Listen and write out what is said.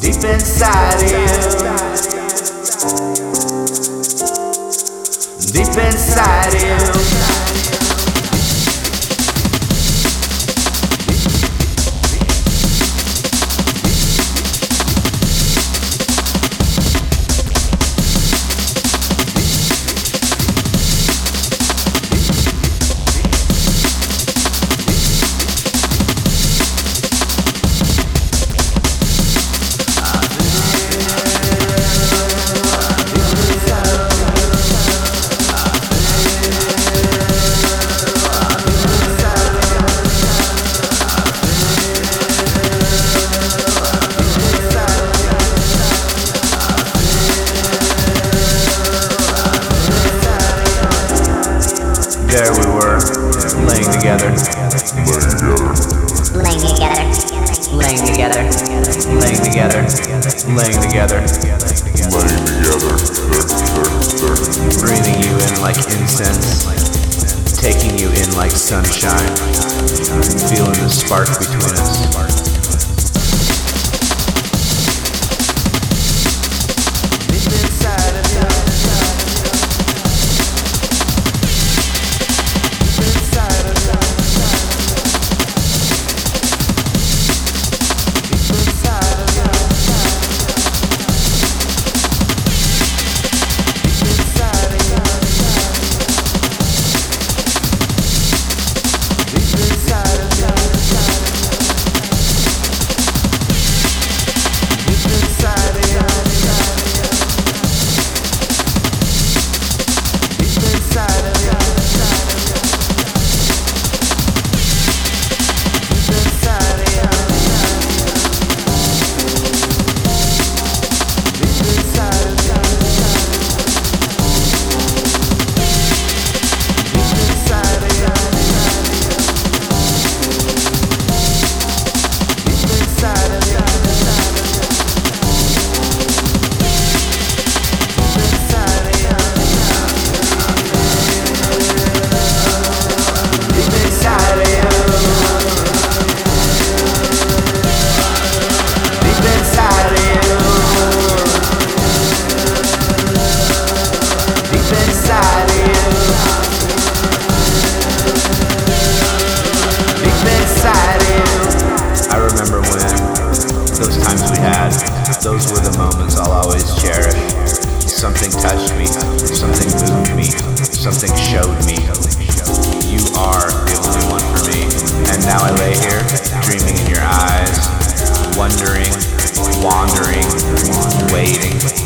deep inside you. Deep inside you. There we were, laying together. Laying together. Laying together. Laying together. Laying together. Breathing you in like incense. Taking you in like sunshine. Feeling the spark between us. I remember when those times we had, those were the moments I'll always cherish. Something touched me, something moved me, something showed me. You are the only one for me. And now I lay here, dreaming in your eyes, wondering, wandering, waiting.